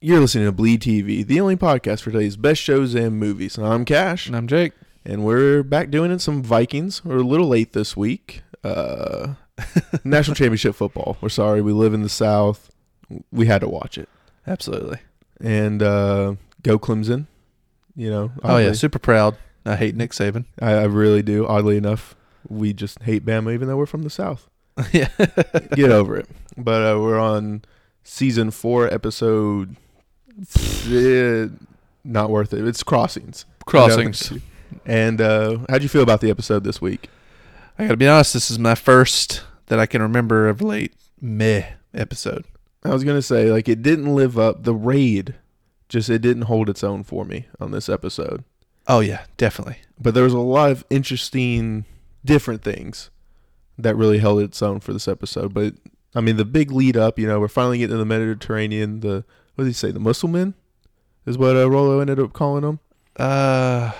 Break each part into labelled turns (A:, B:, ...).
A: You're listening to Bleed TV, the only podcast for today's best shows and movies. And I'm Cash,
B: And I'm Jake.
A: and we're back doing it some Vikings. We're a little late this week. Uh, National Championship football. We're sorry. We live in the South. We had to watch it.
B: Absolutely.
A: And uh, go Clemson. You know.
B: Oh yeah,
A: oddly-
B: super proud. I hate Nick Saban.
A: I, I really do. Oddly enough, we just hate Bama, even though we're from the South.
B: yeah.
A: get over it. But uh, we're on season four, episode. eh, not worth it. It's crossings.
B: Crossings.
A: And uh, how'd you feel about the episode this week?
B: I gotta be honest, this is my first that I can remember of late meh episode.
A: I was gonna say like it didn't live up. The raid, just it didn't hold its own for me on this episode.
B: Oh yeah, definitely.
A: But there was a lot of interesting, different things that really held its own for this episode. But I mean, the big lead up, you know, we're finally getting to the Mediterranean. The what did he say? The Musselmen is what uh, Rolo ended up calling them.
B: Uh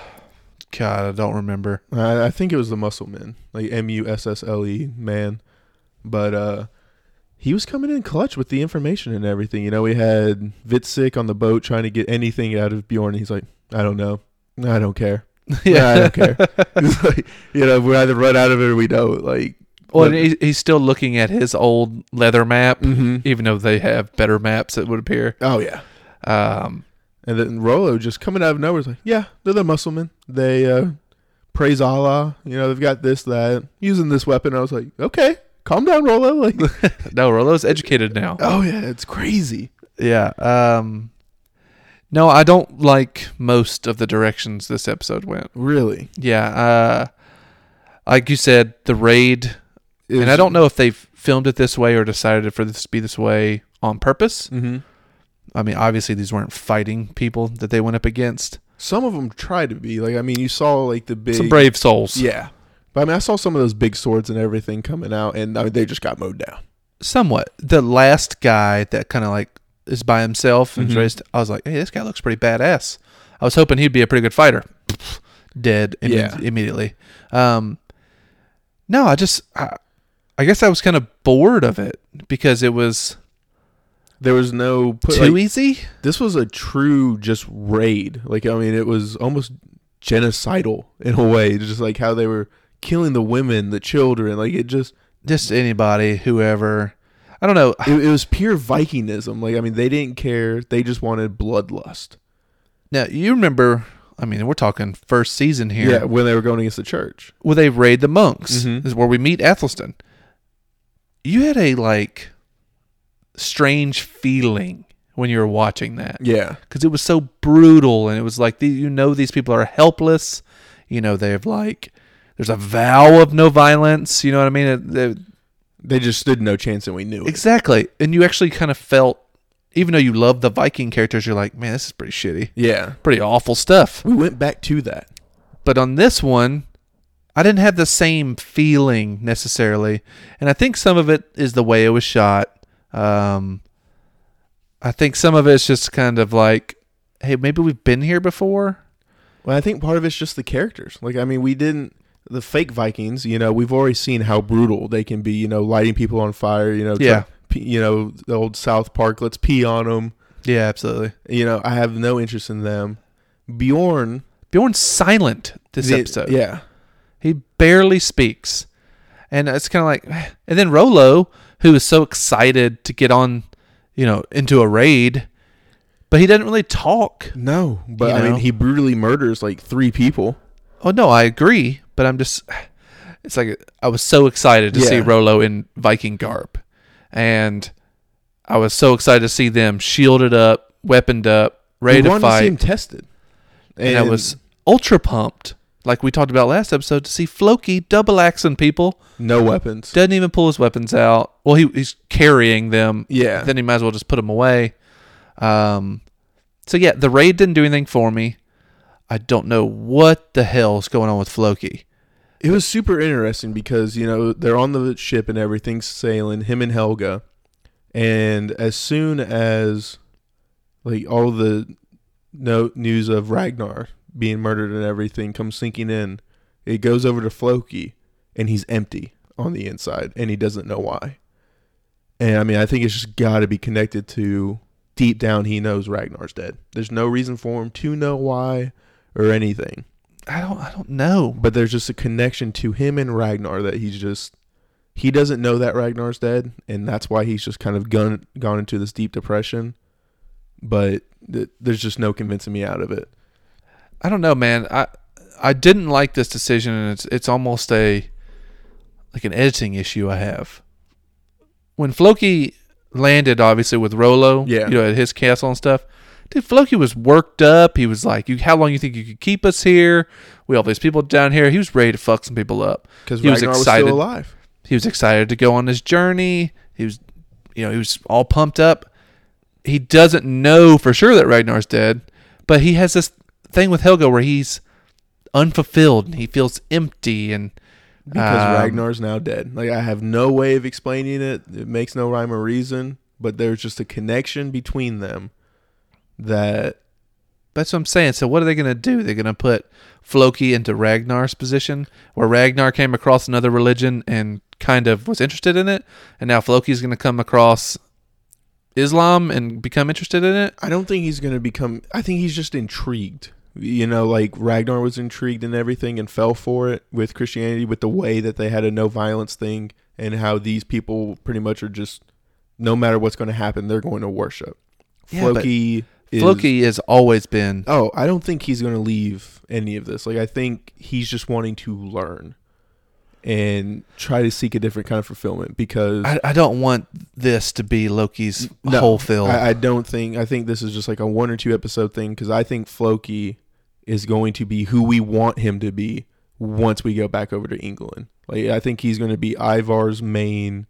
B: God, I don't remember.
A: I, I think it was the Muscle Man, like M U S S L E man. But uh, he was coming in clutch with the information and everything. You know, we had Vitzik on the boat trying to get anything out of Bjorn. He's like, I don't know. I don't care. Yeah, I don't care. He's like, you know, we either run out of it or we don't. Like,
B: well, and he, he's still looking at his old leather map,
A: mm-hmm.
B: even though they have better maps. It would appear.
A: oh yeah.
B: Um,
A: And then Rolo just coming out of nowhere is like, yeah, they're the Musselmen. They uh, praise Allah. You know, they've got this, that, using this weapon. I was like, okay, calm down, Rolo. Like,
B: no, Rolo's educated now.
A: oh yeah, it's crazy.
B: Yeah. Um, no, I don't like most of the directions this episode went.
A: Really?
B: Yeah. Uh, like you said, the raid, and I don't know if they've filmed it this way or decided for this to be this way on purpose.
A: Mm-hmm.
B: I mean, obviously these weren't fighting people that they went up against.
A: Some of them try to be like. I mean, you saw like the big.
B: Some brave souls.
A: Yeah, but I mean, I saw some of those big swords and everything coming out, and I mean, they just got mowed down.
B: Somewhat. The last guy that kind of like is by himself and is
A: Mhm.
B: raised. I was like, hey, this guy looks pretty badass. I was hoping he'd be a pretty good fighter. Dead imme-
A: Yeah.
B: immediately. Um, no, I just, I, I guess I was kind of bored of it because it was
A: There was no put.
B: too
A: like,
B: easy.
A: this was a true just raid. Like I mean, it was almost genocidal in a way. Just like how they were killing the women, the children. Like it just
B: Just anybody, whoever. I don't know.
A: it, it was pure Vikingism. Like I mean, they didn't care. They just wanted bloodlust.
B: Now, you remember, I mean, we're talking first season here.
A: Yeah, when they were going against the church.
B: where they raid the monks
A: Mhm.
B: is where we meet Athelstan. You had a like strange feeling when you were watching that
A: Yeah.
B: because it was so brutal and it was like the, you know these people are helpless. You know they've like there's a vow of no violence. You know what I mean? It- they-
A: They just stood no chance, and we knew it.
B: exactly, and you actually kind of felt. Even though you love the Viking characters, you're like, man, this is pretty shitty,
A: Yeah.
B: pretty awful stuff.
A: We went back to that.
B: But on this one, I didn't have the same feeling necessarily, and I think some of it is the way it was shot. Um, I think some of it's just kind of like, hey, maybe we've been here before.
A: Well, I think part of it's just the characters. Like, I mean, we didn't the fake Vikings. You know, we've already seen how brutal they can be. You know, lighting people on fire. You know, try-
B: Yeah.
A: pe- you know, the old South Park. Let's pee on them.
B: Yeah, absolutely.
A: You know, I have no interest in them. Bjorn.
B: Bjorn's silent this
A: the-
B: episode.
A: Yeah.
B: He barely speaks, and it's kind of like, and then Rolo, who is so excited to get on, you know, into a raid, but he doesn't really talk.
A: No, but
B: You
A: I
B: know?
A: mean, he brutally murders like three people.
B: Oh no, I agree, but I'm just it's like I was so excited to see
A: Yeah.
B: Rolo in Viking garb. And I was so excited to see them shielded up, weaponed up, ready
A: we
B: to
A: wanted to see him
B: fight.
A: tested.
B: and I was ultra pumped, like we talked about last episode, to see Floki double axing people.
A: no weapons.
B: Doesn't even pull his weapons out. Well, he, he's carrying them.
A: yeah.
B: Then he might as well just put them away. Um, so yeah, the raid didn't do anything for me. I don't know what the hell's going on with Floki.
A: It was super interesting because you know they're on the ship and everything's sailing. Him and Helga, and as soon as like all the no news of Ragnar being murdered and everything comes sinking in, it goes over to Floki, and he's empty on the inside, and he doesn't know why. And I mean, I think it's just got to be connected to deep down he knows Ragnar's dead. There's no reason for him to know why or anything.
B: I don't I don't know.
A: But there's just a connection to him and Ragnar that he's just he doesn't know that Ragnar's dead, and that's why he's just kind of gone gone into this deep depression. But th- there's just no convincing me out of it.
B: I don't know, man. I I didn't like this decision and it's it's almost a like an editing issue I have. When Floki landed obviously with Rolo,
A: Yeah.
B: you know, at his castle and stuff. Dude, Floki was worked up. He was like, "You, how long you think you could keep us here? We all these people down here." He was ready to fuck some people up.
A: Because
B: He was
A: Ragnar was,
B: excited.
A: still alive.
B: He was excited to go on his journey. He was, you know, he was all pumped up. He doesn't know for sure that Ragnar's dead, but he has this thing with Helga where he's unfulfilled and he feels empty and
A: Because
B: um,
A: Ragnar's now dead. Like I have no way of explaining it. It makes no rhyme or reason. But there's just a connection between them that
B: That's what I'm saying. So what are they going to do? They're going to put Floki into Ragnar's position, where Ragnar came across another religion and kind of was interested in it, and now Floki's going to come across Islam and become interested in it.
A: I don't think he's going to become. I think he's just intrigued. You know, like Ragnar was intrigued and everything and fell for it with Christianity, with the way that they had a no violence thing and how these people pretty much are just, no matter what's going to happen, they're going to worship.
B: Yeah, but
A: Floki is.
B: Floki has always been
A: Oh, I don't think he's going to leave any of this. Like, I think he's just wanting to learn and try to seek a different kind of fulfillment because.
B: I, I don't want this to be Loki's
A: No,
B: whole film.
A: I, I don't think. I think this is just like a one or two episode thing because I think Floki is going to be who we want him to be once we go back over to England. Like I think he's going to be Ivar's main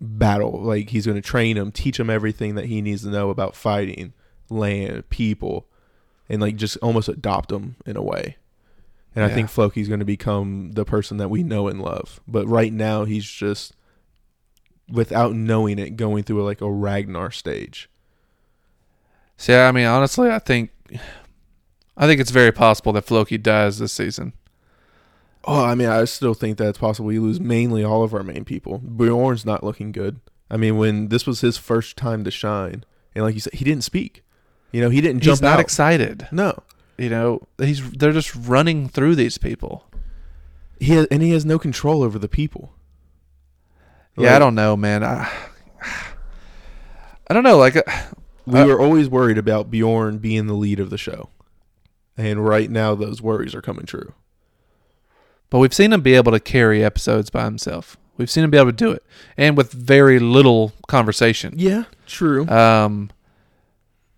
A: battle. Like he's going to train him, teach him everything that he needs to know about fighting, land, people, and like just almost adopt him in a way. And I
B: Yeah.
A: think Floki's going to become the person that we know and love. But right now, he's just without knowing it, going through like a Ragnar stage.
B: See, I mean, honestly, I think, I think it's very possible that Floki dies this season.
A: Oh, I mean, I still think that it's possible we lose mainly all of our main people. Bjorn's not looking good. I mean, when this was his first time to shine, and like you said, he didn't speak. You know, he didn't jump
B: He's not
A: out.
B: excited.
A: no,
B: You know, he's they're just running through these people.
A: he has, and he has no control over the people.
B: Yeah, I
A: Like,
B: don't know, man. I, I don't know. Like, uh,
A: We
B: I-
A: were always worried about Bjorn being the lead of the show, and right now those worries are coming true.
B: but we've seen him be able to carry episodes by himself. We've seen him be able to do it, and with very little conversation.
A: Yeah, true.
B: Um,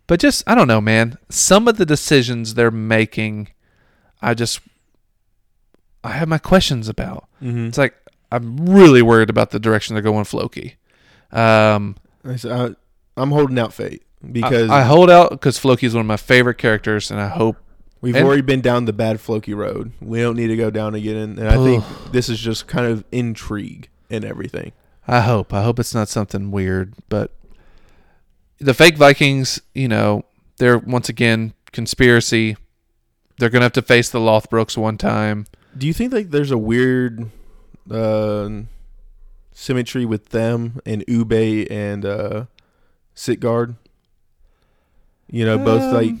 B: but just I don't know, man. Some of the decisions they're making, I just, I have my questions about.
A: mm-hmm.
B: It's like I'm really worried about the direction they're going, Floki. Um,
A: I, s- I, am holding out fate because
B: I, I hold out because Floki is one of my favorite characters, and I hope
A: We've
B: And-
A: already been down the bad Floki road. We don't need to go down again. And I think this is just kind of intrigue in everything.
B: I hope. I hope it's not something weird, but the fake Vikings, you know, they're once again conspiracy. They're gonna have to face the Lothbrooks one time.
A: Do you think like there's a weird uh, symmetry with them and Ube and uh, Sitgard? You know, both
B: Um,
A: like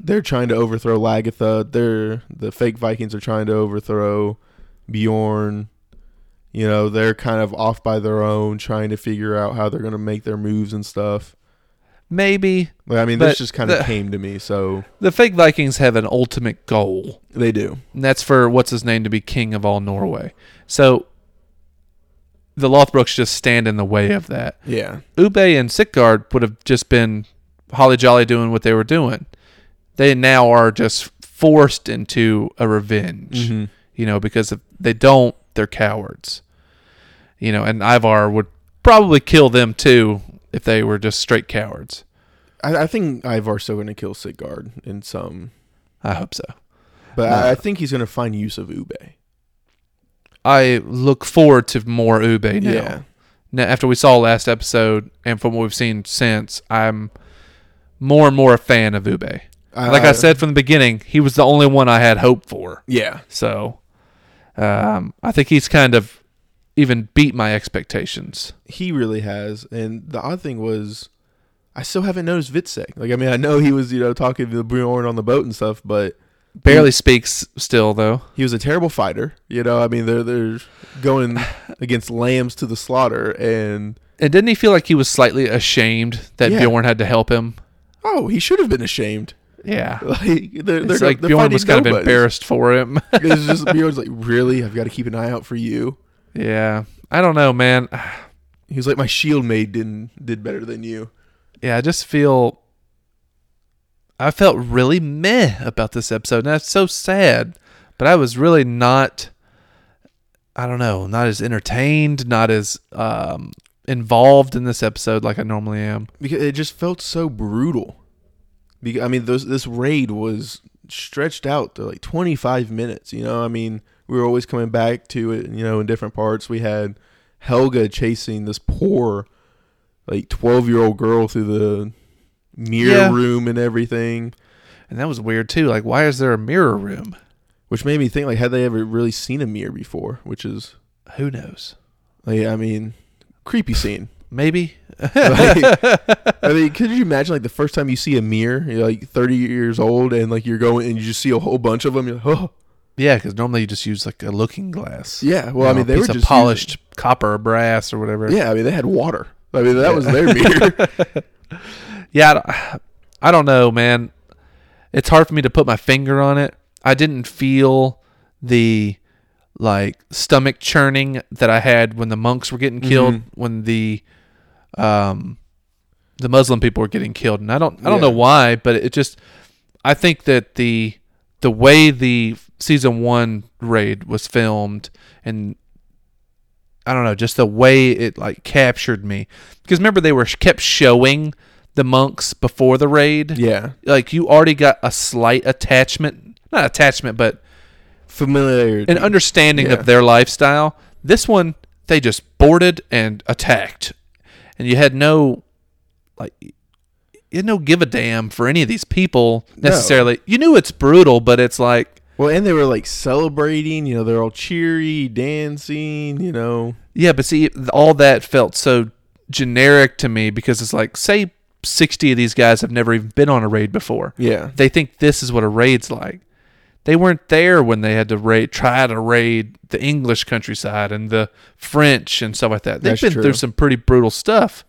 A: they're trying to overthrow Lagatha. They're the fake Vikings are trying to overthrow Bjorn. You know, they're kind of off by their own, trying to figure out how they're going to make their moves and stuff.
B: maybe
A: Like, I mean,
B: But
A: this just kind of
B: the-
A: came to me, so
B: the fake Vikings have an ultimate goal,
A: they do.
B: and that's for what's his name to be king of all Norway. So the Lothbrooks just stand in the way of that.
A: Yeah,
B: Ube and Sitgard would have just been holly jolly doing what they were doing. They now are just forced into a revenge,
A: Mhm.
B: you know, because if they don't, they're cowards, you know, and Ivar would probably kill them too if they were just straight cowards.
A: I, I think Ivar's still going to kill Sigard in some,
B: I hope so.
A: but
B: No.
A: I, I think he's going to find use of Ube.
B: I look forward to more Ube now.
A: Yeah.
B: now. After we saw last episode and from what we've seen since, I'm more and more a fan of Ube. Like
A: Uh,
B: I said from the beginning, he was the only one I had hope for.
A: yeah,
B: So um, I think he's kind of even beat my expectations.
A: he really has. And the odd thing was, I still haven't noticed Vitzek. Like, I mean, I know he was, you know, talking to Bjorn on the boat and stuff, but
B: Barely
A: Mm.
B: speaks still though.
A: he was a terrible fighter. You know, I mean, they're they're going against lambs to the slaughter, and
B: And didn't he feel like he was slightly ashamed that
A: Yeah.
B: Bjorn had to help him?
A: oh, he should have been ashamed.
B: Yeah.
A: Like, they're, they're
B: it's like Bjorn was kind of embarrassed for him.
A: it's just Bjorn's like, really, I've got to keep an eye out for you.
B: yeah. I don't know, man.
A: He was like, my shield maid didn't did better than you.
B: Yeah, I just feel I felt really meh about this episode. And that's so sad. But I was really not I don't know, not as entertained, not as um involved in this episode like I normally am.
A: because it just felt so brutal. Because I mean, those this raid was stretched out to like 25 minutes. You know, I mean, we were always coming back to it. You know, in different parts, we had Helga chasing this poor, like 12 year old girl through the mirror
B: Yeah.
A: room and everything,
B: And that was weird too. Like why is there a mirror room?
A: which made me think like, had they ever really seen a mirror before? Which is,
B: Who knows?
A: like, I mean, creepy scene.
B: Maybe.
A: Like, I mean, could you imagine like the first time you see a mirror, you're like 30 years old, and like you're going and you just see a whole bunch of them. You're like, oh,
B: Yeah, because normally you just use like a looking glass.
A: yeah. Well,
B: You
A: I
B: know,
A: mean, they
B: a
A: were
B: piece
A: just
B: of polished copper or brass or whatever.
A: using- yeah, I mean, they had water. I mean, that was their mirror.
B: yeah I don't- I don't know, man. It's hard for me to put my finger on it. I didn't feel the like stomach churning that I had when the monks were getting killed,
A: Mhm.
B: when the um the Muslim people were getting killed, and I don't I don't
A: Yeah.
B: know why, but it just I think that the the way the season one raid was filmed and I don't know, just the way it like captured me. Because remember they were kept showing the monks before the raid.
A: yeah,
B: Like you already got a slight attachment, not attachment, but
A: familiarity.
B: an understanding
A: Yeah.
B: of their lifestyle. This one they just boarded and attacked. And you had no like you had no give a damn for any of these people
A: No.
B: necessarily. You knew it's brutal, but it's like
A: well, and they were like celebrating. You know, they're all cheery, dancing. You know,
B: Yeah, but see, all that felt so generic to me because it's like, say, 60 of these guys have never even been on a raid before.
A: yeah,
B: They think this is what a raid's like. They weren't there when they had to raid, try to raid the English countryside and the French and stuff like that. They've
A: That's
B: been
A: true.
B: through some pretty brutal stuff.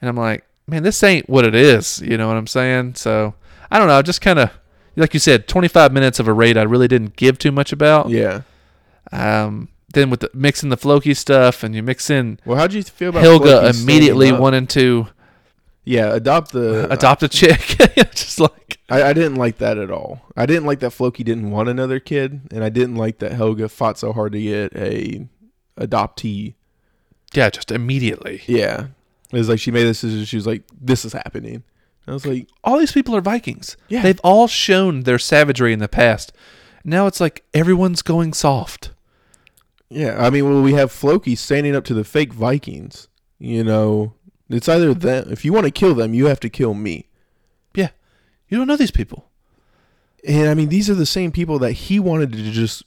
B: And I'm like, man, this ain't what it is. You know what I'm saying? So I don't know. I just kind of, like you said, 25 minutes of a raid I really didn't give too much about.
A: yeah.
B: Um, then with the, mixing the Floki stuff and you mix in
A: Well, how would you feel about
B: Helga
A: Floki standing
B: immediately
A: up?
B: wanting to
A: Yeah, adopt the.
B: adopt a chick. just like
A: I, I didn't like that at all. I didn't like that Floki didn't want another kid, and I didn't like that Helga fought so hard to get a adoptee.
B: yeah, just immediately.
A: Yeah, it was like she made this decision. She was like, "This is happening." I was like,
B: All these people are Vikings.
A: Yeah.
B: They've all shown their savagery in the past. Now it's like everyone's going soft.
A: "Yeah." I mean, well, we have Floki standing up to the fake Vikings. You know, it's either them. If you want to kill them, you have to kill me.
B: Yeah. You don't know these people.
A: And I mean, these are the same people that he wanted to just,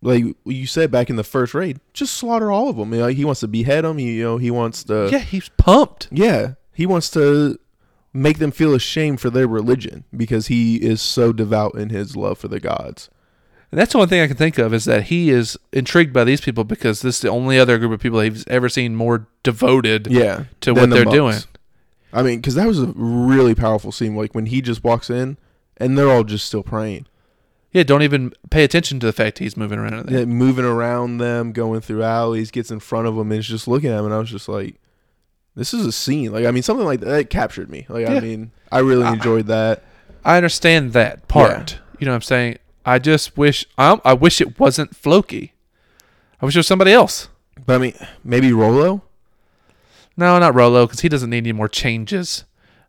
A: like you said back in the first raid, just slaughter all of them. You know, he wants to behead them. You know, he wants to.
B: yeah, he's pumped.
A: Yeah, he wants to make them feel ashamed for their religion because he is so devout in his love for the gods.
B: And that's the one thing I can think of is that he is intrigued by these people because this is the only other group of people he's ever seen more devoted
A: Yeah, than
B: to what
A: the
B: they're
A: monks.
B: doing.
A: I mean, because that was a really powerful scene. Like when he just walks in and they're all just still praying,
B: Yeah, don't even pay attention to the fact he's moving around. in there.
A: Yeah, moving around them, going through alleys, gets in front of them, and is just looking at him. And I was just like, "This is a scene." Like I mean, something like that, captured me. Like I
B: Yeah.
A: mean, I really enjoyed that.
B: I understand that part. You know what I'm saying? I just wish I, I wish it wasn't Floki. I wish it was somebody else.
A: But I mean, maybe Rolo.
B: No, not Rolo, because he doesn't need any more changes.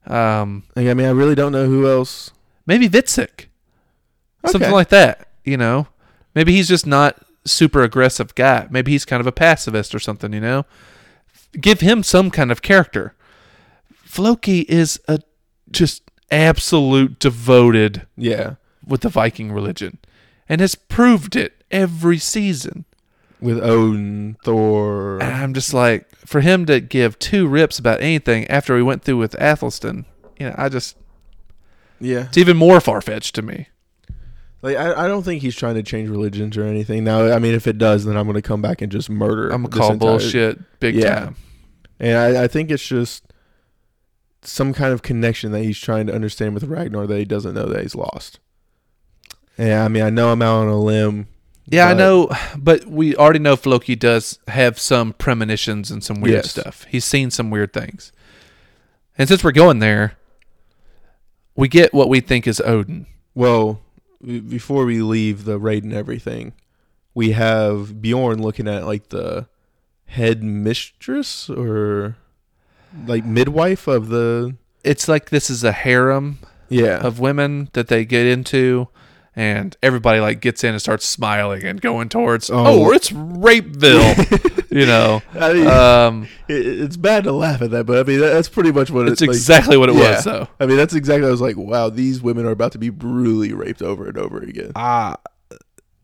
B: Um,
A: Like I mean, I really don't know who else.
B: maybe Vitzik, something
A: Okay.
B: like that. You know, maybe he's just not super aggressive guy. Maybe he's kind of a pacifist or something. You know, give him some kind of character. Floki is a just absolute devoted
A: Yeah.
B: with the Viking religion and has proved it every season.
A: with Odin, Thor.
B: And I'm just like, for him to give two rips about anything after we went through with Athelstan, you know, I just
A: Yeah,
B: it's even more far fetched to me.
A: like I, I don't think he's trying to change religions or anything. Now, I mean, if it does, then I'm gonna come back and just murder.
B: I'm gonna
A: this
B: call
A: entire-
B: bullshit big
A: Yeah.
B: time.
A: And I, I think it's just some kind of connection that he's trying to understand with Ragnar that he doesn't know that he's lost. Yeah, I mean, I know I'm out on a limb.
B: Yeah, I
A: but-
B: know, but we already know Floki does have some premonitions and some weird
A: Yes.
B: stuff. He's seen some weird things. And since we're going there, we get what we think is Odin.
A: Well, b- before we leave the raid and everything, we have Bjorn looking at like the head mistress or like midwife of the
B: It's like this is a harem
A: yeah
B: of women that they get into and everybody like gets in and starts smiling and going towards oh,
A: Oh.
B: it's rapeville you know
A: I mean,
B: um
A: it, it's bad to laugh at that, but I mean that, that's pretty much what
B: it's
A: it's like,
B: exactly what it
A: yeah.
B: was though
A: I mean that's exactly. I was like, wow, these women are about to be brutally raped over and over again.
B: ah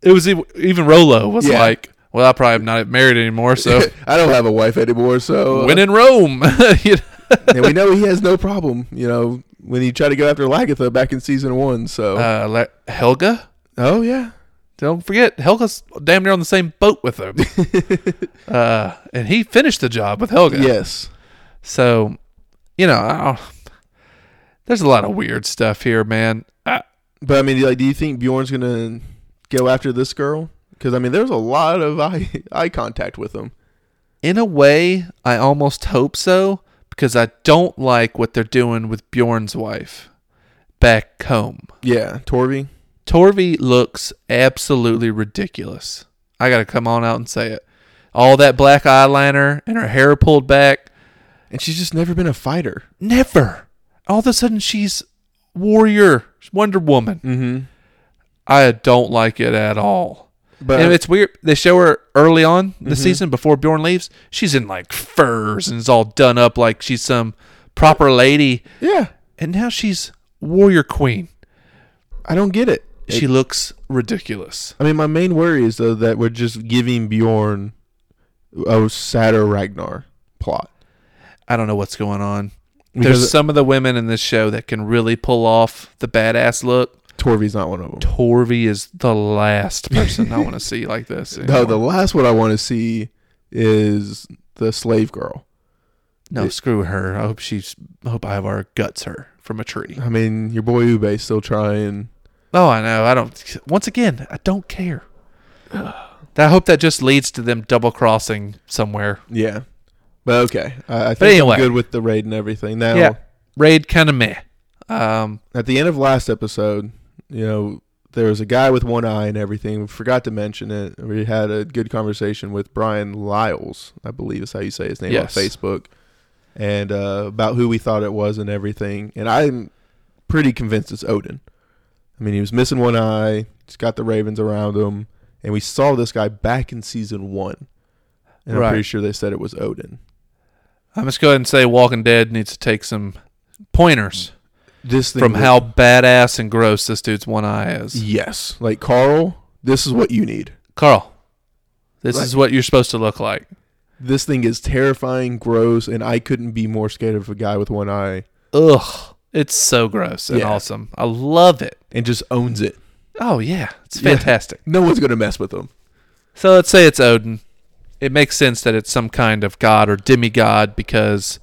B: it was ev- even rolo was
A: Yeah.
B: like well i probably am not married anymore so
A: I don't have a wife anymore, so uh,
B: when in rome you know?
A: and we know he has no problem. You know when he tried to go after Lagatha back in season one. So
B: uh, Le- helga
A: oh yeah,
B: don't forget helga's damn near on the same boat with him uh, and he finished the job with helga
A: yes.
B: So, you know, I don't, there's a lot of weird stuff here, man. I,
A: But I mean, like, do you think Bjorn's gonna go after this girl? Because I mean, there's a lot of eye eye contact with him.
B: in a way, I almost hope so because I don't like what they're doing with Bjorn's wife back home.
A: Yeah, Torvi.
B: Torvi looks absolutely ridiculous. I got to come on out and say it. All that black eyeliner and her hair pulled back.
A: And she's just never been a fighter.
B: Never. All of a sudden, she's warrior, she's Wonder Woman.
A: Mm-hmm.
B: I don't like it at all.
A: But Mm-hmm.
B: and it's weird. They show her early on the season before Bjorn leaves. She's in like furs and is all done up like she's some proper lady.
A: yeah,
B: And now she's warrior queen.
A: I don't get it.
B: She looks ridiculous.
A: I mean, my main worry is though that we're just giving Bjorn a sadder Ragnar plot.
B: I don't know what's going on. There's
A: Because
B: some of the women in this show that can really pull off the badass look.
A: Torvi's not one of them.
B: Torvi is the last person I want to see like this.
A: No, the
B: anymore.
A: last one I want to see is the slave girl.
B: no, screw her. I hope she's. I hope Ivar guts her from a tree.
A: I mean, your boy Ube's still trying.
B: Oh, I know. I don't. Once again, I don't care. I hope that just leads to them double crossing somewhere.
A: Yeah. But okay. I, I think
B: anyway.
A: I'm good with the raid and everything. Now,
B: Yeah. Raid kind of meh. Um,
A: at the end of last episode, you know, there was a guy with one eye and everything. We forgot to mention it. We had a good conversation with Brian Lyles, I believe is how you say his name
B: Yes.
A: on Facebook, and uh, about who we thought it was and everything. And I'm pretty convinced it's Odin. I mean, he was missing one eye. He's got the ravens around him, and we saw this guy back in season one. And
B: Right.
A: I'm pretty sure they said it was Odin.
B: I'm just going to say Walking Dead needs to take some pointers
A: This thing
B: from
A: was-
B: how badass and gross this dude's one eye is.
A: Yes. Like Carl, this is what you need.
B: Carl, this
A: Right.
B: is what you're supposed to look like.
A: This thing is terrifying, gross, and I couldn't be more scared of a guy with one eye
B: Ugh. It's so gross and
A: Yeah.
B: awesome. I love it.
A: and just owns it.
B: Oh, yeah. It's
A: Yeah.
B: fantastic.
A: No one's gonna mess with him.
B: So let's say it's Odin. It makes sense that it's some kind of god or demigod because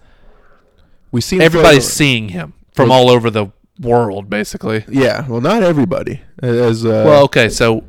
A: We seen
B: everybody's seeing him from all over the world, basically.
A: yeah. Well, not everybody. As uh,
B: Well, okay, so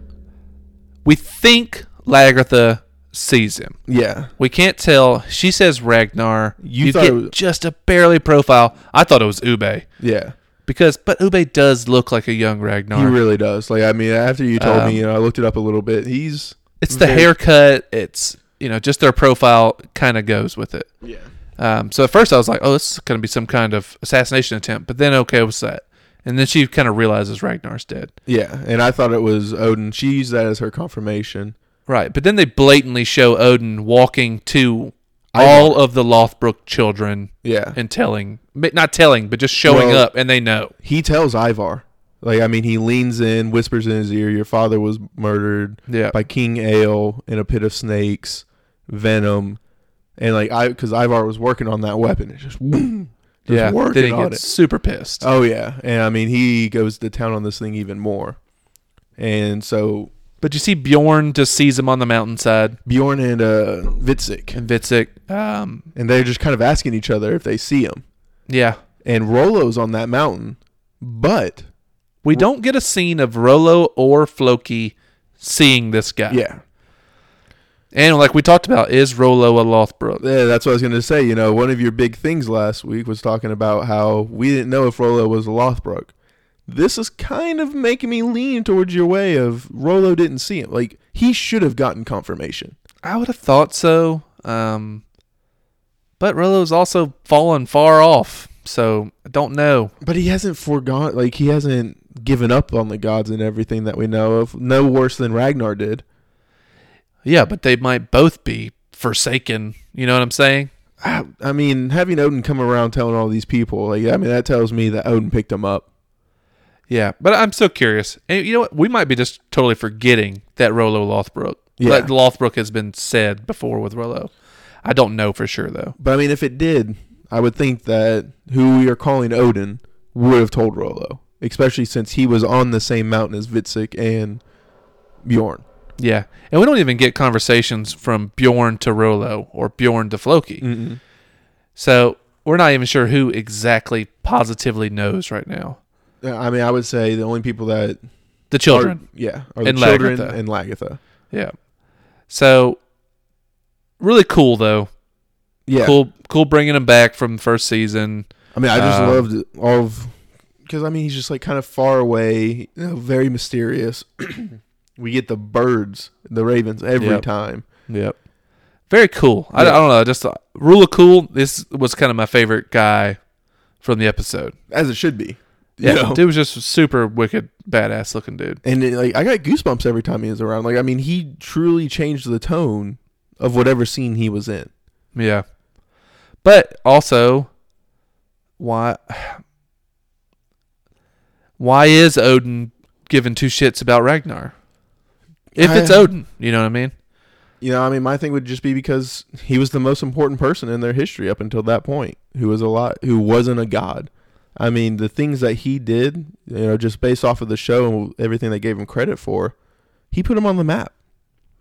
B: we think Lagratha sees him.
A: yeah,
B: We can't tell. She says Ragnar. You,
A: You thought
B: get
A: it was-
B: just a barely profile. I thought it was Ube
A: yeah.
B: because, but Ube does look like a young Ragnar.
A: He really does. Like I mean, after you told
B: Um,
A: me, you know, I looked it up a little bit. He's
B: it's the
A: very-
B: haircut. It's you know just their profile kind of goes with it.
A: yeah.
B: Um, so at first I was like, oh, this is going to be some kind of assassination attempt. But then okay, what's that? And then she kind of realizes Ragnar's dead.
A: Yeah, and I thought it was Odin. She used that as her confirmation.
B: Right, but then they blatantly show Odin walking to
A: I
B: all of the Lothbrok children
A: Yeah,
B: and telling, but not telling, but just showing
A: Well-
B: up, and they know.
A: he tells Ivar Like I mean, he leans in, whispers in his ear, "Your father was murdered
B: Yeah.
A: by King Ale in a pit of snakes, venom." And like I, because Ivar was working on that weapon, it just boom, just
B: yeah. Uh,
A: working
B: Then he
A: on
B: gets
A: it.
B: super pissed.
A: Oh yeah, and I mean he goes to town on this thing even more, and so
B: but you see Bjorn just sees him on the mountainside
A: Bjorn and uh, Vitzik,
B: and Vitzik. Um,
A: and they're just kind of asking each other if they see him.
B: yeah.
A: And Rolo's on that mountain, but
B: We don't get a scene of Rolo or Floki seeing this guy.
A: yeah,
B: And like we talked about, is Rolo a Lothbrok?
A: yeah, that's what I was gonna say. You know, one of your big things last week was talking about how we didn't know if Rolo was a Lothbrok. This is kind of making me lean towards your way of Rolo didn't see him. Like he should have gotten confirmation.
B: I would have thought so. Um, but Rolo's also fallen far off. So I don't know.
A: But he hasn't forgot, like he hasn't given up on the gods and everything that we know of. No worse than Ragnar did.
B: Yeah, but they might both be forsaken. You know what I'm saying?
A: I, I mean, having Odin come around telling all these people, like I mean, that tells me that Odin picked him up.
B: Yeah, but I'm still curious. And you know what? We might be just totally forgetting that Rolo Lothbrok.
A: Yeah.
B: Like Lothbrok has been said before with Rolo. I don't know for sure though.
A: But I mean, if it did, I would think that who we are calling Odin would have told Rollo, especially since he was on the same mountain as Vitzik and Bjorn.
B: Yeah. And we don't even get conversations from Bjorn to Rolo or Bjorn to Floki.
A: Mm-mm.
B: So we're not even sure who exactly positively knows right now.
A: Uh, I mean, I would say the only people that
B: The children.
A: are, yeah, are the
B: And
A: children
B: Lagartha.
A: and Lagatha.
B: Yeah. So really cool though.
A: Yeah,
B: Cool cool bringing him back from the first season.
A: I mean, I just
B: Um,
A: loved all of because I mean he's just like kind of far away, you know, very mysterious. we get the birds, the ravens every
B: Yep.
A: time.
B: Yep. Very cool. I, I
A: Yeah.
B: don't know. Just uh, rule of cool. This was kind of my favorite guy from the episode.
A: as it should be.
B: Yeah,
A: You know?
B: dude was just a super wicked, badass looking dude.
A: and it, like I got goosebumps every time he was around. Like I mean, he truly changed the tone of whatever scene he was in.
B: Yeah, but also, why? Why is Odin giving two shits about Ragnar? If it's
A: I-
B: Odin, you know what I mean.
A: You know, I mean, my thing would just be because he was the most important person in their history up until that point, who was a lot, who wasn't a god. I mean, the things that he did, you know, just based off of the show and everything they gave him credit for, he put him on the map.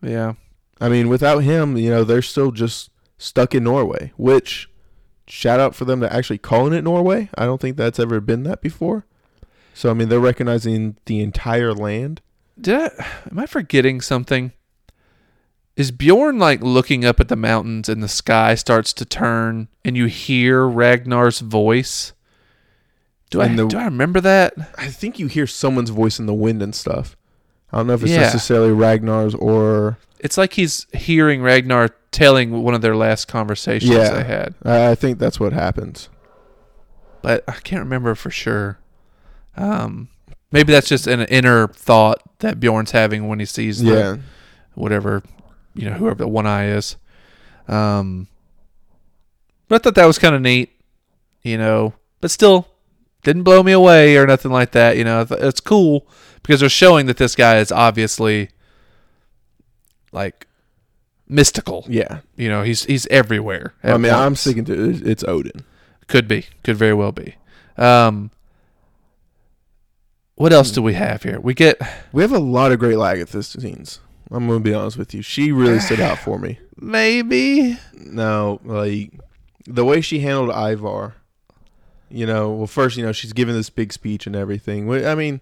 B: Yeah,
A: I mean, without him, you know, they're still just stuck in Norway, which shout out for them to actually calling it Norway. I don't think that's ever been that before. So I mean, they're recognizing the entire land.
B: did I, am I forgetting something? Is Bjorn like looking up at the mountains and the sky starts to turn and you hear Ragnar's voice? Do I
A: And the-
B: do I remember that?
A: I think you hear someone's voice in the wind and stuff. I don't know if it's
B: Yeah.
A: necessarily Ragnar's or
B: It's like he's hearing Ragnar telling one of their last conversations
A: Yeah.
B: they had,
A: I I think that's what happens.
B: but I can't remember for sure. Um, maybe that's just an inner thought that Bjorn's having when he sees the,
A: Yeah.
B: whatever you know whoever the one eye is um but i thought that was kind of neat you know but still didn't blow me away or nothing like that you know I thought it's cool because they're showing that this guy is obviously like mystical
A: Yeah.
B: you know he's he's everywhere at
A: I mean, I'm
B: once.
A: sticking to it. It's Odin.
B: could be could very well be um what else do we have here we get
A: We have a lot of great Lagatha scenes. I'm going to be honest with you. She really stood out for me.
B: maybe
A: No, like the way she handled Ivar. You know, well, first, you know, she's giving this big speech and everything. Wh- I mean,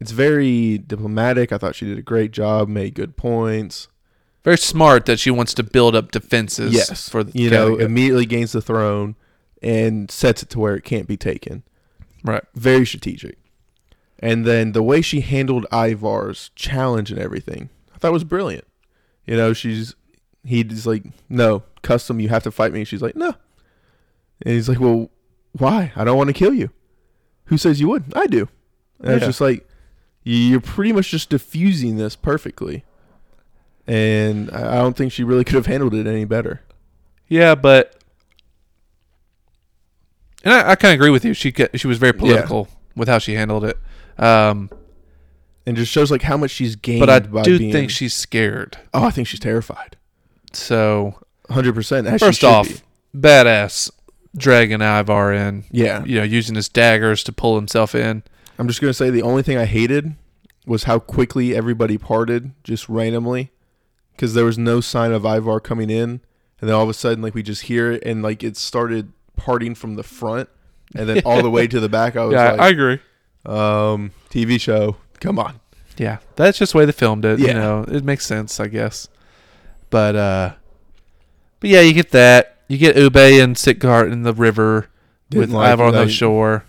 A: it's very diplomatic. I thought she did a great job, made good points.
B: very smart that she wants to build up defenses
A: yes,
B: for
A: you know,
B: Kattegat.
A: immediately gains the throne and sets it to where it can't be taken.
B: right
A: Very strategic. And then the way she handled Ivar's challenge and everything, I thought was brilliant. You know, she's he's like, No, custom, you have to fight me. She's like, No. And he's like, Well, why? I don't want to kill you. Who says you would? I do. And it's
B: Yeah.
A: just like you're pretty much just diffusing this perfectly. And I I don't think she really could have handled it any better.
B: yeah but and i, I kind of agree with you she ca- she was very political with how she handled it. Um,
A: and just shows like how much she's gained.
B: but I
A: by
B: do
A: being,
B: think she's scared.
A: Oh, I think she's terrified.
B: So
A: Hundred percent. as she
B: first
A: should
B: off,
A: be.
B: badass dragging Ivar in.
A: yeah.
B: You know, using his daggers to pull himself in.
A: I'm just gonna say the only thing I hated was how quickly everybody parted, just randomly, because there was no sign of Ivar coming in, and then all of a sudden, like we just hear it, and like it started parting from the front, and then all the way to the back. I was like,
B: agree.
A: um, TV show, come on.
B: Yeah, that's just the way they filmed it. You
A: Yeah.
B: know, it makes sense, I guess. But uh, but yeah, you get that. You get Ube and Sitgart in the river
A: Didn't
B: with
A: like
B: Ivar on the
A: that.
B: shore.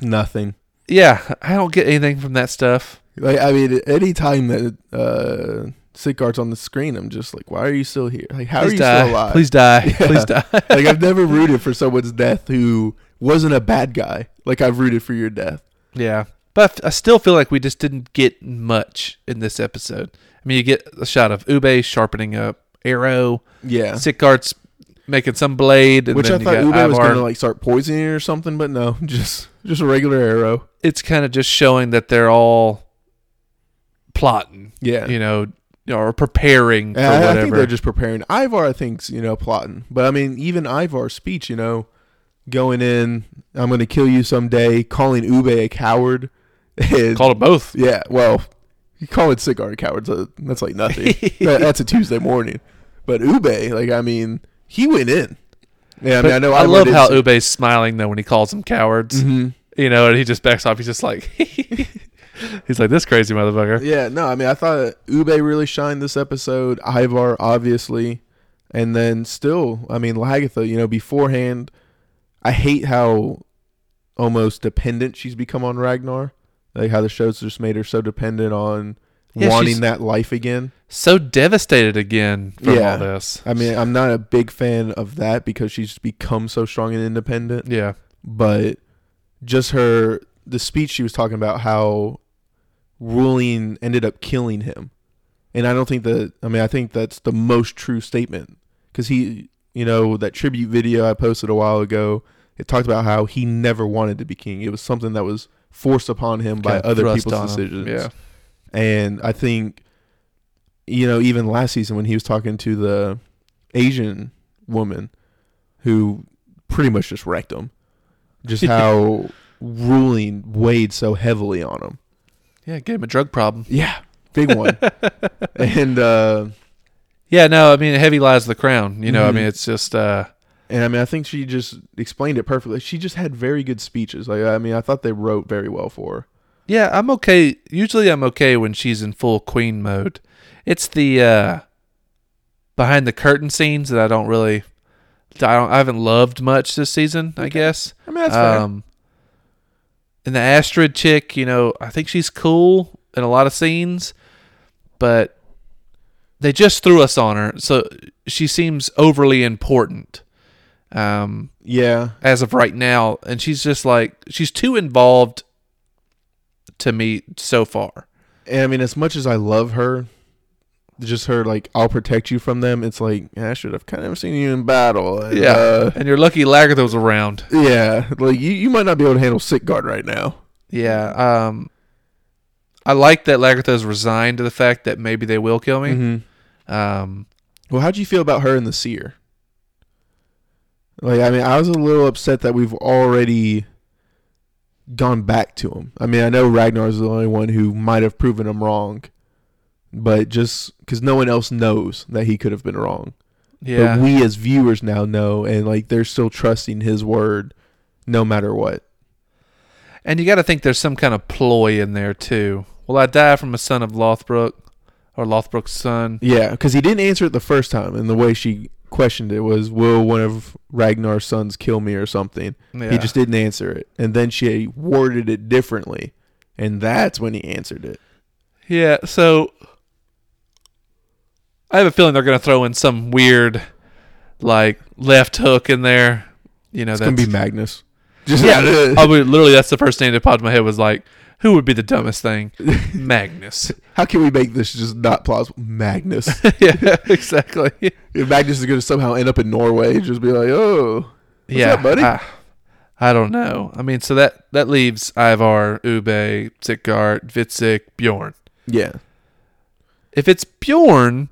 A: Nothing.
B: Yeah, I don't get anything from that stuff.
A: Like I mean, any time that uh, Sitgart's on the screen, I'm just like, why are you still here? Like, how
B: Please
A: are you
B: die.
A: still alive?
B: Please die.
A: Yeah.
B: Please die.
A: like I've never rooted for someone's death who wasn't a bad guy. Like I've rooted for your death.
B: Yeah, but I f- I still feel like we just didn't get much in this episode. I mean, you get a shot of Ube sharpening a arrow,
A: Yeah.
B: Sitgart's making some blade, and
A: Which I
B: then
A: thought
B: you
A: Ube
B: got
A: was
B: Ivar.
A: gonna like start poisoning it or something, but no, just just a regular arrow.
B: it's kind of just showing that they're all plotting,
A: Yeah.
B: you know, or preparing for
A: And I, I think
B: whatever.
A: they're just preparing. Ivar, I think's you know plotting, but I mean even Ivar's speech, you know, going in, I'm gonna kill you someday, calling Ube a coward. And,
B: Called them both.
A: yeah, well, you call it cigar a coward. So that's like nothing. That- that's a Tuesday morning. But Ube, like I mean, he went in. Yeah, I
B: But
A: mean I know
B: I,
A: Ivar
B: love
A: did
B: how
A: say-
B: Ube's smiling though when he calls them cowards,
A: Mhm.
B: you know, and he just backs off. He's just like, he's like this crazy motherfucker.
A: Yeah, no, I mean, I thought Ube really shined this episode. Ivar, obviously, and then still, I mean, Lagatha. You know, beforehand, I hate how almost dependent she's become on Ragnar. Like how the show's just made her so dependent on
B: Yeah, she's-
A: wanting that life again.
B: So devastated again from
A: Yeah.
B: all this.
A: I mean, I'm not a big fan of that because she's become so strong and independent.
B: yeah,
A: But just her, the speech she was talking about how ruling ended up killing him, and I don't think that. I mean, I think that's the most true statement because he, you know, that tribute video I posted a while ago, it talked about how he never wanted to be king. It was something that was forced upon him by
B: Kinda
A: other
B: thrust
A: people's
B: on him.
A: decisions.
B: Yeah,
A: And I think, you know, even last season when he was talking to the Asian woman who pretty much just wrecked him, just how ruling weighed so heavily on him.
B: yeah, gave him a drug problem.
A: Yeah. Big one. and, uh,
B: Yeah, no, I mean, heavy lies the crown. You know, I
A: Mhm.
B: mean, it's just uh,
A: and I mean, I think she just explained it perfectly. She just had very good speeches. Like, I mean, I thought they wrote very well for her.
B: Yeah, I'm okay. Usually I'm okay when she's in full queen mode. It's the uh behind the curtain scenes that I don't really I don't I haven't loved much this season, I guess. Um,
A: I mean, that's fair.
B: and the Astrid chick, you know, I think she's cool in a lot of scenes, but they just threw us on her, so she seems overly important. Um
A: Yeah.
B: as of right now and she's just like she's too involved to me so far
A: And I mean, as much as I love her, just her like I'll protect you from them. It's like Astrid, I've kind of seen you in battle. and,
B: Yeah.
A: uh,
B: and you're lucky Lagartha was around
A: yeah. Like you, you might not be able to handle sick guard right now.
B: yeah um i like that Lagartha's resigned to the fact that maybe they will kill me um
A: Well, how'd you feel about her and the seer? Like, I mean, I was a little upset that we've already gone back to him. I mean, I know Ragnar's the only one who might have proven him wrong, but just because no one else knows that he could have been wrong.
B: yeah
A: But we as viewers now know, and like they're still trusting his word, no matter what.
B: and you got to think there's some kind of ploy in there too will i die from a son of lothbrok or lothbrok's son
A: Yeah, because he didn't answer it the first time, and the way she questioned it was, "Will one of Ragnar's sons kill me or something?"
B: yeah.
A: He just didn't answer it, and then she worded it differently, and that's when he answered it.
B: Yeah, so I have a feeling they're going to throw in some weird, like left hook in there. You know,
A: It's
B: that's
A: gonna be Magnus. Just
B: yeah.
A: out of-
B: I would, literally, that's the first name that popped in my head was like, who would be the dumbest thing? Magnus.
A: how can we make this just not plausible? Magnus.
B: yeah, exactly.
A: if Magnus is gonna somehow end up in Norway, just be like, "Oh,
B: yeah,
A: up, buddy?
B: I, I I don't know. I mean, so that that leaves Ivar, Ube, Sittgart, Vitzik, Bjorn.
A: Yeah.
B: If it's Bjorn,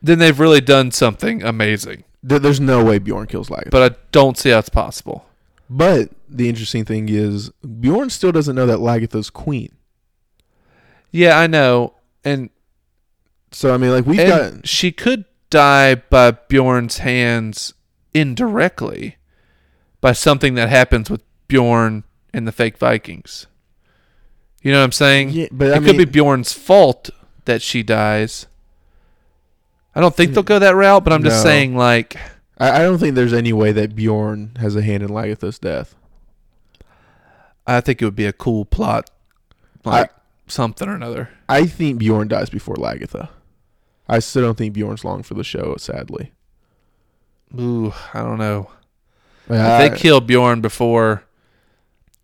B: then they've really done something amazing.
A: There, there's no way Bjorn kills Lagerfeld. But,
B: But I don't see how it's possible.
A: the interesting thing is Bjorn still doesn't know that Lagatha's queen.
B: Yeah, I know. And
A: So I mean, like we've
B: and she could die by Bjorn's hands indirectly by something that happens with Bjorn and the fake Vikings. You know what I'm saying?
A: got. Yeah, but
B: it
A: I
B: could be
A: mean,
B: Bjorn's fault that she dies. I don't think they'll go that route, but I'm just
A: No.
B: saying, like,
A: I, I don't think there's any way that Bjorn has a hand in Lagatha's death.
B: I think it would be a cool plot,
A: I-
B: like something or another.
A: I think Bjorn dies before Lagatha. I still don't think Bjorn's long for the show. Sadly,
B: Ooh, I don't know.
A: Like,
B: if
A: I-
B: they kill Bjorn before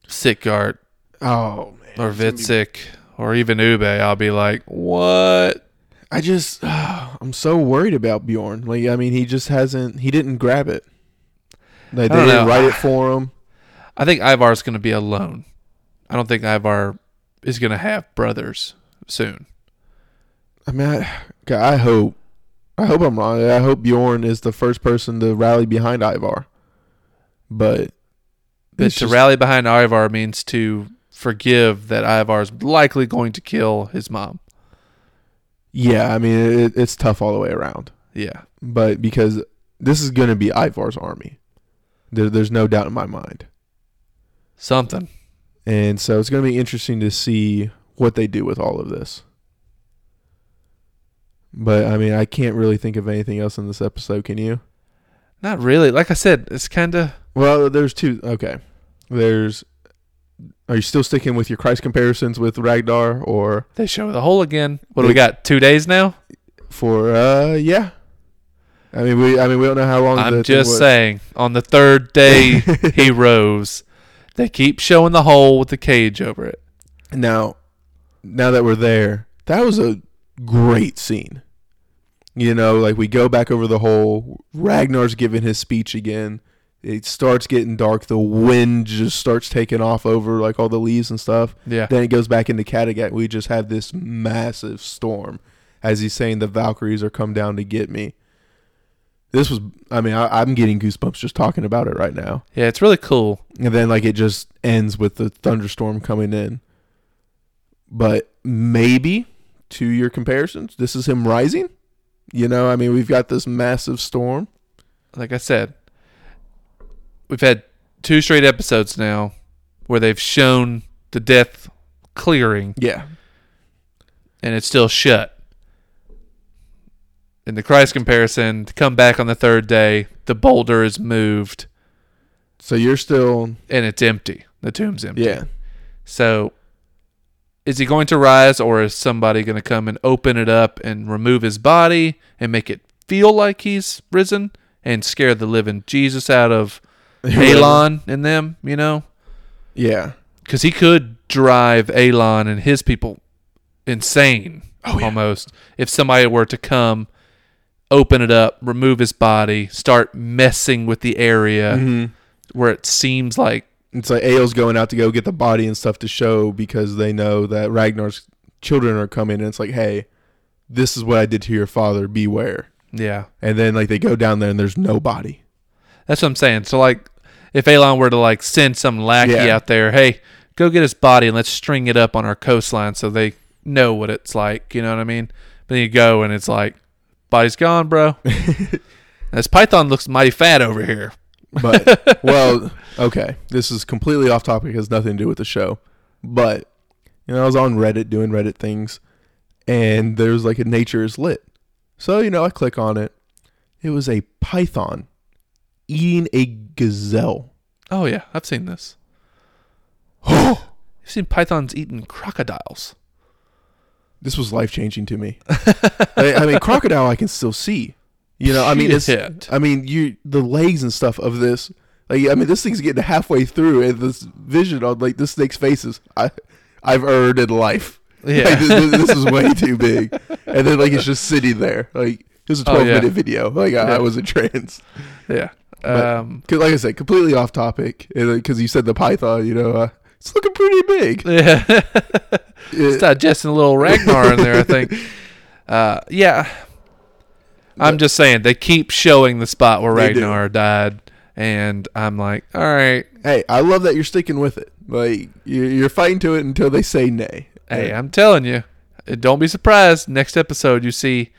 B: Sitgart
A: Oh man,
B: or
A: It's gonna be-
B: Vitzik or even Ube, I'll be like, what?
A: I just I'm so worried about Bjorn. Like I mean, he just hasn't. He didn't grab it. Like
B: I
A: they
B: don't
A: didn't
B: know.
A: write it for him.
B: I think Ivar's going to be alone. I don't think Ivar is going to have brothers soon.
A: I mean, I, God, I hope. I hope I'm wrong. I hope Bjorn is the first person to rally behind Ivar. But
B: But
A: it's
B: to
A: just-
B: rally behind Ivar means to forgive that Ivar is likely going to kill his mom.
A: yeah, I mean, it, it's tough all the way around.
B: Yeah.
A: But because this is going to be Ivar's army, there, there's no doubt in my mind.
B: Something.
A: And so it's going to be interesting to see what they do with all of this. But I mean, I can't really think of anything else in this episode. Can you?
B: Not really. Like I said, it's kind of.
A: Well, there's two. Okay, there's. Are you still sticking with your Christ comparisons with Ragnar, or
B: They show the hole again. What do we got? Two days now?
A: for? uh Yeah, I mean, we. I mean, we don't know how long. the
B: I'm
A: thing
B: just
A: was.
B: saying. On the third day, he rose. They keep showing the hole with the cage over it.
A: Now, now that we're there, that was a great scene. You know, like we go back over the whole Ragnar's giving his speech again. It starts getting dark. The wind just starts taking off over like all the leaves and stuff.
B: Yeah.
A: Then it goes back into Kattegat. We just have this massive storm as he's saying the Valkyries are come down to get me. This was, I mean, I, I'm getting goosebumps just talking about it right now.
B: Yeah, it's really cool.
A: And then like it just ends with the thunderstorm coming in. But maybe to your comparisons, this is him rising. You know, I mean, we've got this massive storm.
B: Like I said, we've had two straight episodes now where they've shown the death clearing.
A: Yeah.
B: and it's still shut. In the Christ comparison, to come back on the third day, the boulder is moved
A: So you're still
B: and it's empty. The tomb's empty.
A: yeah.
B: So is he going to rise or is somebody going to come and open it up and remove his body and make it feel like he's risen and scare the living Jesus out of Elon and them, you know?
A: Yeah.
B: because he could drive Elon and his people insane
A: Oh,
B: almost if somebody were to come, open it up, remove his body, start messing with the area
A: Mm-hmm.
B: where it seems like
A: It's like Ael's going out to go get the body and stuff to show because they know that Ragnar's children are coming and it's like, "Hey, this is what I did to your father. Beware."
B: yeah,
A: And then like they go down there and there's no body.
B: that's what I'm saying. So like if Elon were to like send some lackey
A: Yeah.
B: out there, hey, go get his body and let's string it up on our coastline so they know what it's like. You know what I mean? But then you go and it's like body's gone, bro. this python looks mighty fat over here.
A: But well, okay, this is completely off topic. Has nothing to do with the show. But you know, I was on Reddit doing Reddit things, and there's like a nature is lit. So you know, I click on it. It was a python eating a gazelle.
B: Oh yeah, I've seen this. You've seen pythons eating crocodiles.
A: this was life changing to me. I, I mean, crocodile I can still see. You know, I mean, it's.
B: Shit.
A: I mean, you the legs and stuff of this. Like, I mean, this thing's getting halfway through, and this vision on like this snake's faces. I, I've erred in life.
B: Yeah.
A: Like, this, this is way too big. And then like it's just sitting there. Like it was a
B: Oh,
A: twelve
B: yeah.
A: minute video. Like I,
B: Yeah.
A: I was in trance.
B: Yeah,
A: But-
B: Um,
A: 'Cause like I said, completely off topic because you said the python. You know, uh, it's looking pretty big.
B: yeah,
A: It-
B: just digesting a little Ragnar in there. I think. Uh, yeah, I'm just saying they keep showing the spot where
A: They do.
B: Ragnar died, and I'm like, all right,
A: hey, I love that you're sticking with it. Like you- you're fighting to it until they say nay.
B: hey, I'm telling you, don't be surprised. Next episode, you see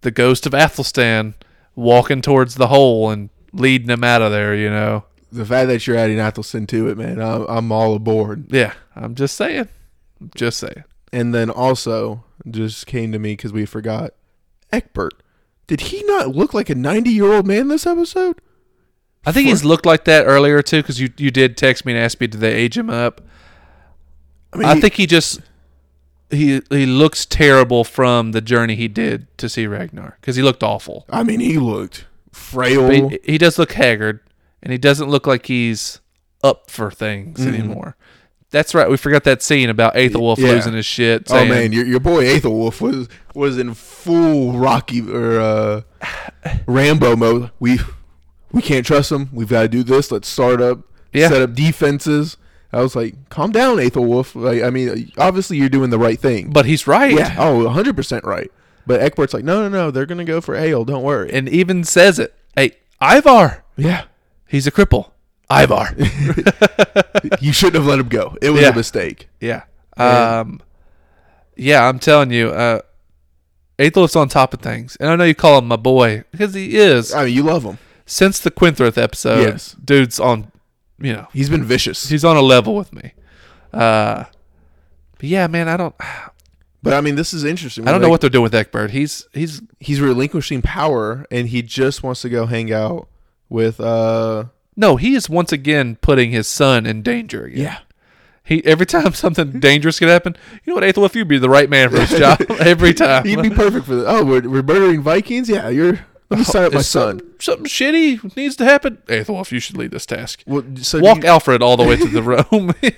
B: the ghost of Athelstan walking towards the hole and leading him out of there. You know,
A: the fact that you're adding Athelstan to it, man, I'm, I'm all aboard.
B: yeah, I'm just saying, just saying.
A: And then also just came to me because we forgot Eckbert. Did he not look like a 90 year old man this episode?
B: I think he's looked like that earlier too, because you you did text me and ask me, did they age him up?
A: I mean,
B: I
A: he-
B: think he just he he looks terrible from the journey he did to see Ragnar because he looked awful.
A: I mean, he looked frail.
B: But he, he does look haggard, and he doesn't look like he's up for things anymore. That's right. We forgot that scene about Aethelwulf
A: Mm-hmm. Yeah.
B: losing his shit.
A: oh
B: Saying,
A: man, your, your boy Aethelwolf was was in full Rocky or uh, Rambo mode. We we can't trust him. We've got to do this. Let's start up,
B: Yeah.
A: set up defenses. I was like, calm down, Aethelwolf. Like, I mean, obviously you're doing the right thing.
B: But he's right.
A: Yeah. Oh, 100% right. But Eckbert's like, no, no, no. They're going to go for Ale. Don't worry.
B: And even says it. Hey, Ivar,
A: yeah.
B: he's a cripple. Ivar.
A: you shouldn't have let him go. It was
B: Yeah.
A: a mistake.
B: Yeah. Um, yeah, I'm telling you, uh, Aethelwulf's on top of things, and I know you call him my boy because he is.
A: I mean, you love him.
B: Since the Quinthrith episode,
A: Yes.
B: dude's on, you know,
A: He's been vicious.
B: he's on a level with me. Uh, but yeah, man, I don't, I
A: But I mean, this is interesting.
B: don't know
A: Like,
B: what they're doing with Eckbird. He's he's
A: he's relinquishing power and he just wants to go hang out with uh
B: no, he is once again putting his son in danger. Again. He every time something dangerous could happen, you know what, Aethelwulf, you'd be the right man for this job every time.
A: He'd be perfect for this. Oh, we're, we're murdering Vikings? Yeah, you're
B: Oh,
A: let me sign up my
B: If
A: son.
B: Something, something shitty needs to happen. Aethelwulf, you should lead this task.
A: Well, so
B: Walk
A: do,
B: Alfred all the way to the Rome.
A: you,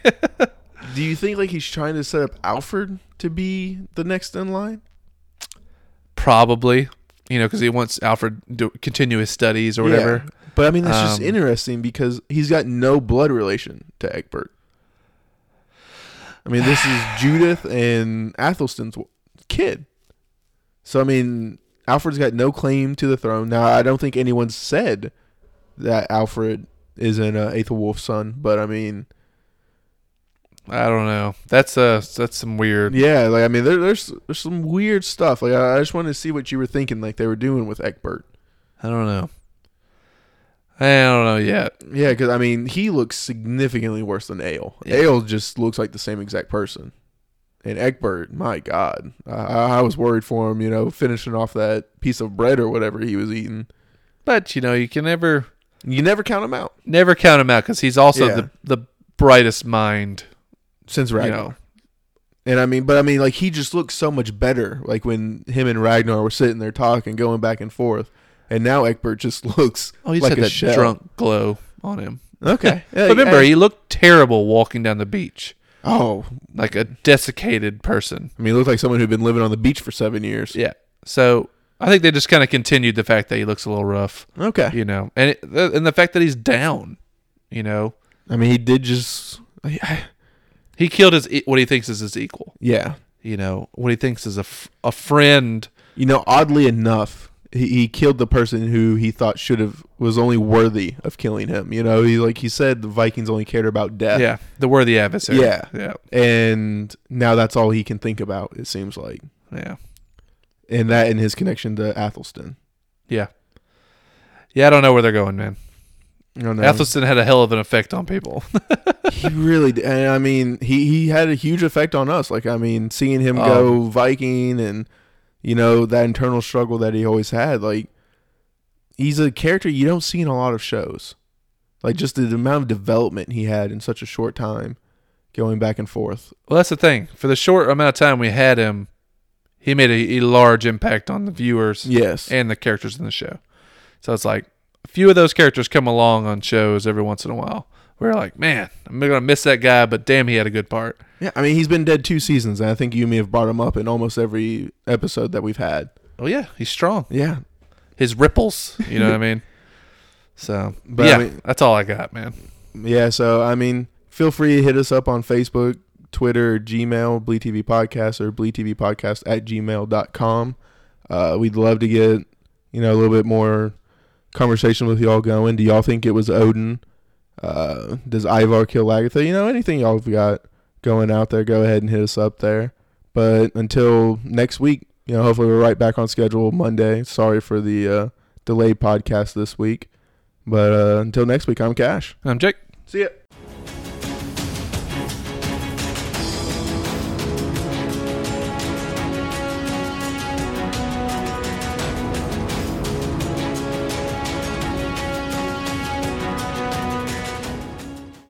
A: do you think like he's trying to set up Alfred to be the next in line?
B: Probably, you know, because he wants Alfred to continue his studies or whatever.
A: Yeah. But I mean, that's just
B: Um,
A: interesting because he's got no blood relation to Egbert. I mean, this is Judith and Athelstan's w- kid. So I mean, Alfred's got no claim to the throne. Now, I don't think anyone said that Alfred isn't uh, Aethelwulf's son, but I mean,
B: I don't know. That's uh that's some weird.
A: yeah, like I mean, there, there's there's some weird stuff. Like I, I just wanted to see what you were thinking, like they were doing with Egbert.
B: I don't know. I don't know yet.
A: Yeah, because I mean, he looks significantly worse than Ale.
B: Yeah.
A: Ale just looks like the same exact person. And Egbert, my God, I, I was worried for him. You know, finishing off that piece of bread or whatever he was eating.
B: But you know, you can never
A: You never count him out
B: never count him out because he's also
A: Yeah.
B: the the brightest mind.
A: since Ragnar.
B: You know.
A: And I mean, but I mean, like he just looks so much better. Like when him and Ragnar were sitting there talking, going back and forth. And now Egbert just looks
B: Oh, he's
A: like
B: had
A: a
B: that
A: shell.
B: drunk glow on him.
A: Okay,
B: But remember, he looked terrible walking down the beach
A: oh,
B: like a desiccated person.
A: I mean, he looked like someone who'd been living on the beach for seven years.
B: Yeah. So I think they just kind of continued the fact that he looks a little rough,
A: Okay,
B: you know, and it, the- and the fact that he's down, you know,
A: I mean, he did just.
B: he killed his e- what he thinks is his equal,
A: Yeah.
B: you know, what he thinks is a, f- a friend.
A: You know, oddly enough, he, he killed the person who he thought should have was only worthy of killing him. You know, he like he said the Vikings only cared about death.
B: Yeah, the worthy adversary.
A: Yeah.
B: yeah,
A: And now that's all he can think about, it seems like.
B: yeah,
A: And that and his connection to Athelstan.
B: yeah, yeah. I don't know where they're going, man.
A: I don't know.
B: Athelstan had a hell of an effect on people.
A: he really did. And I mean, he, he had a huge effect on us. Like, I mean, seeing him
B: Oh.
A: go Viking and, you know, that internal struggle that he always had. Like, he's a character you don't see in a lot of shows. Like, just the amount of development he had in such a short time going back and forth.
B: well, that's the thing. For the short amount of time we had him, he made a, a large impact on the viewers.
A: Yes.
B: and the characters in the show. So it's like a few of those characters come along on shows every once in a while. We're like, man, I'm gonna miss that guy, but damn, he had a good part.
A: yeah. I mean, he's been dead two seasons, and I think you and me have brought him up in almost every episode that we've had.
B: Oh yeah, he's strong.
A: Yeah.
B: His ripples, you know what I mean? So,
A: But,
B: yeah,
A: I mean-
B: that's all I got, man.
A: Yeah, so I mean, feel free to hit us up on Facebook, Twitter, Gmail, Bleed TV Podcast, or Bleed TV Podcast at gmail.com. Uh, we'd love to get, you know, a little bit more conversation with y'all going. Do y'all think it was Odin? Uh, does Ivar kill Lagartha? You know, anything y'all have got going out there, go ahead and hit us up there. But until next week, you know, hopefully we're right back on schedule Monday. Sorry for the uh, delayed podcast this week. But uh, until next week, I'm Cash.
B: I'm Jake.
A: See ya.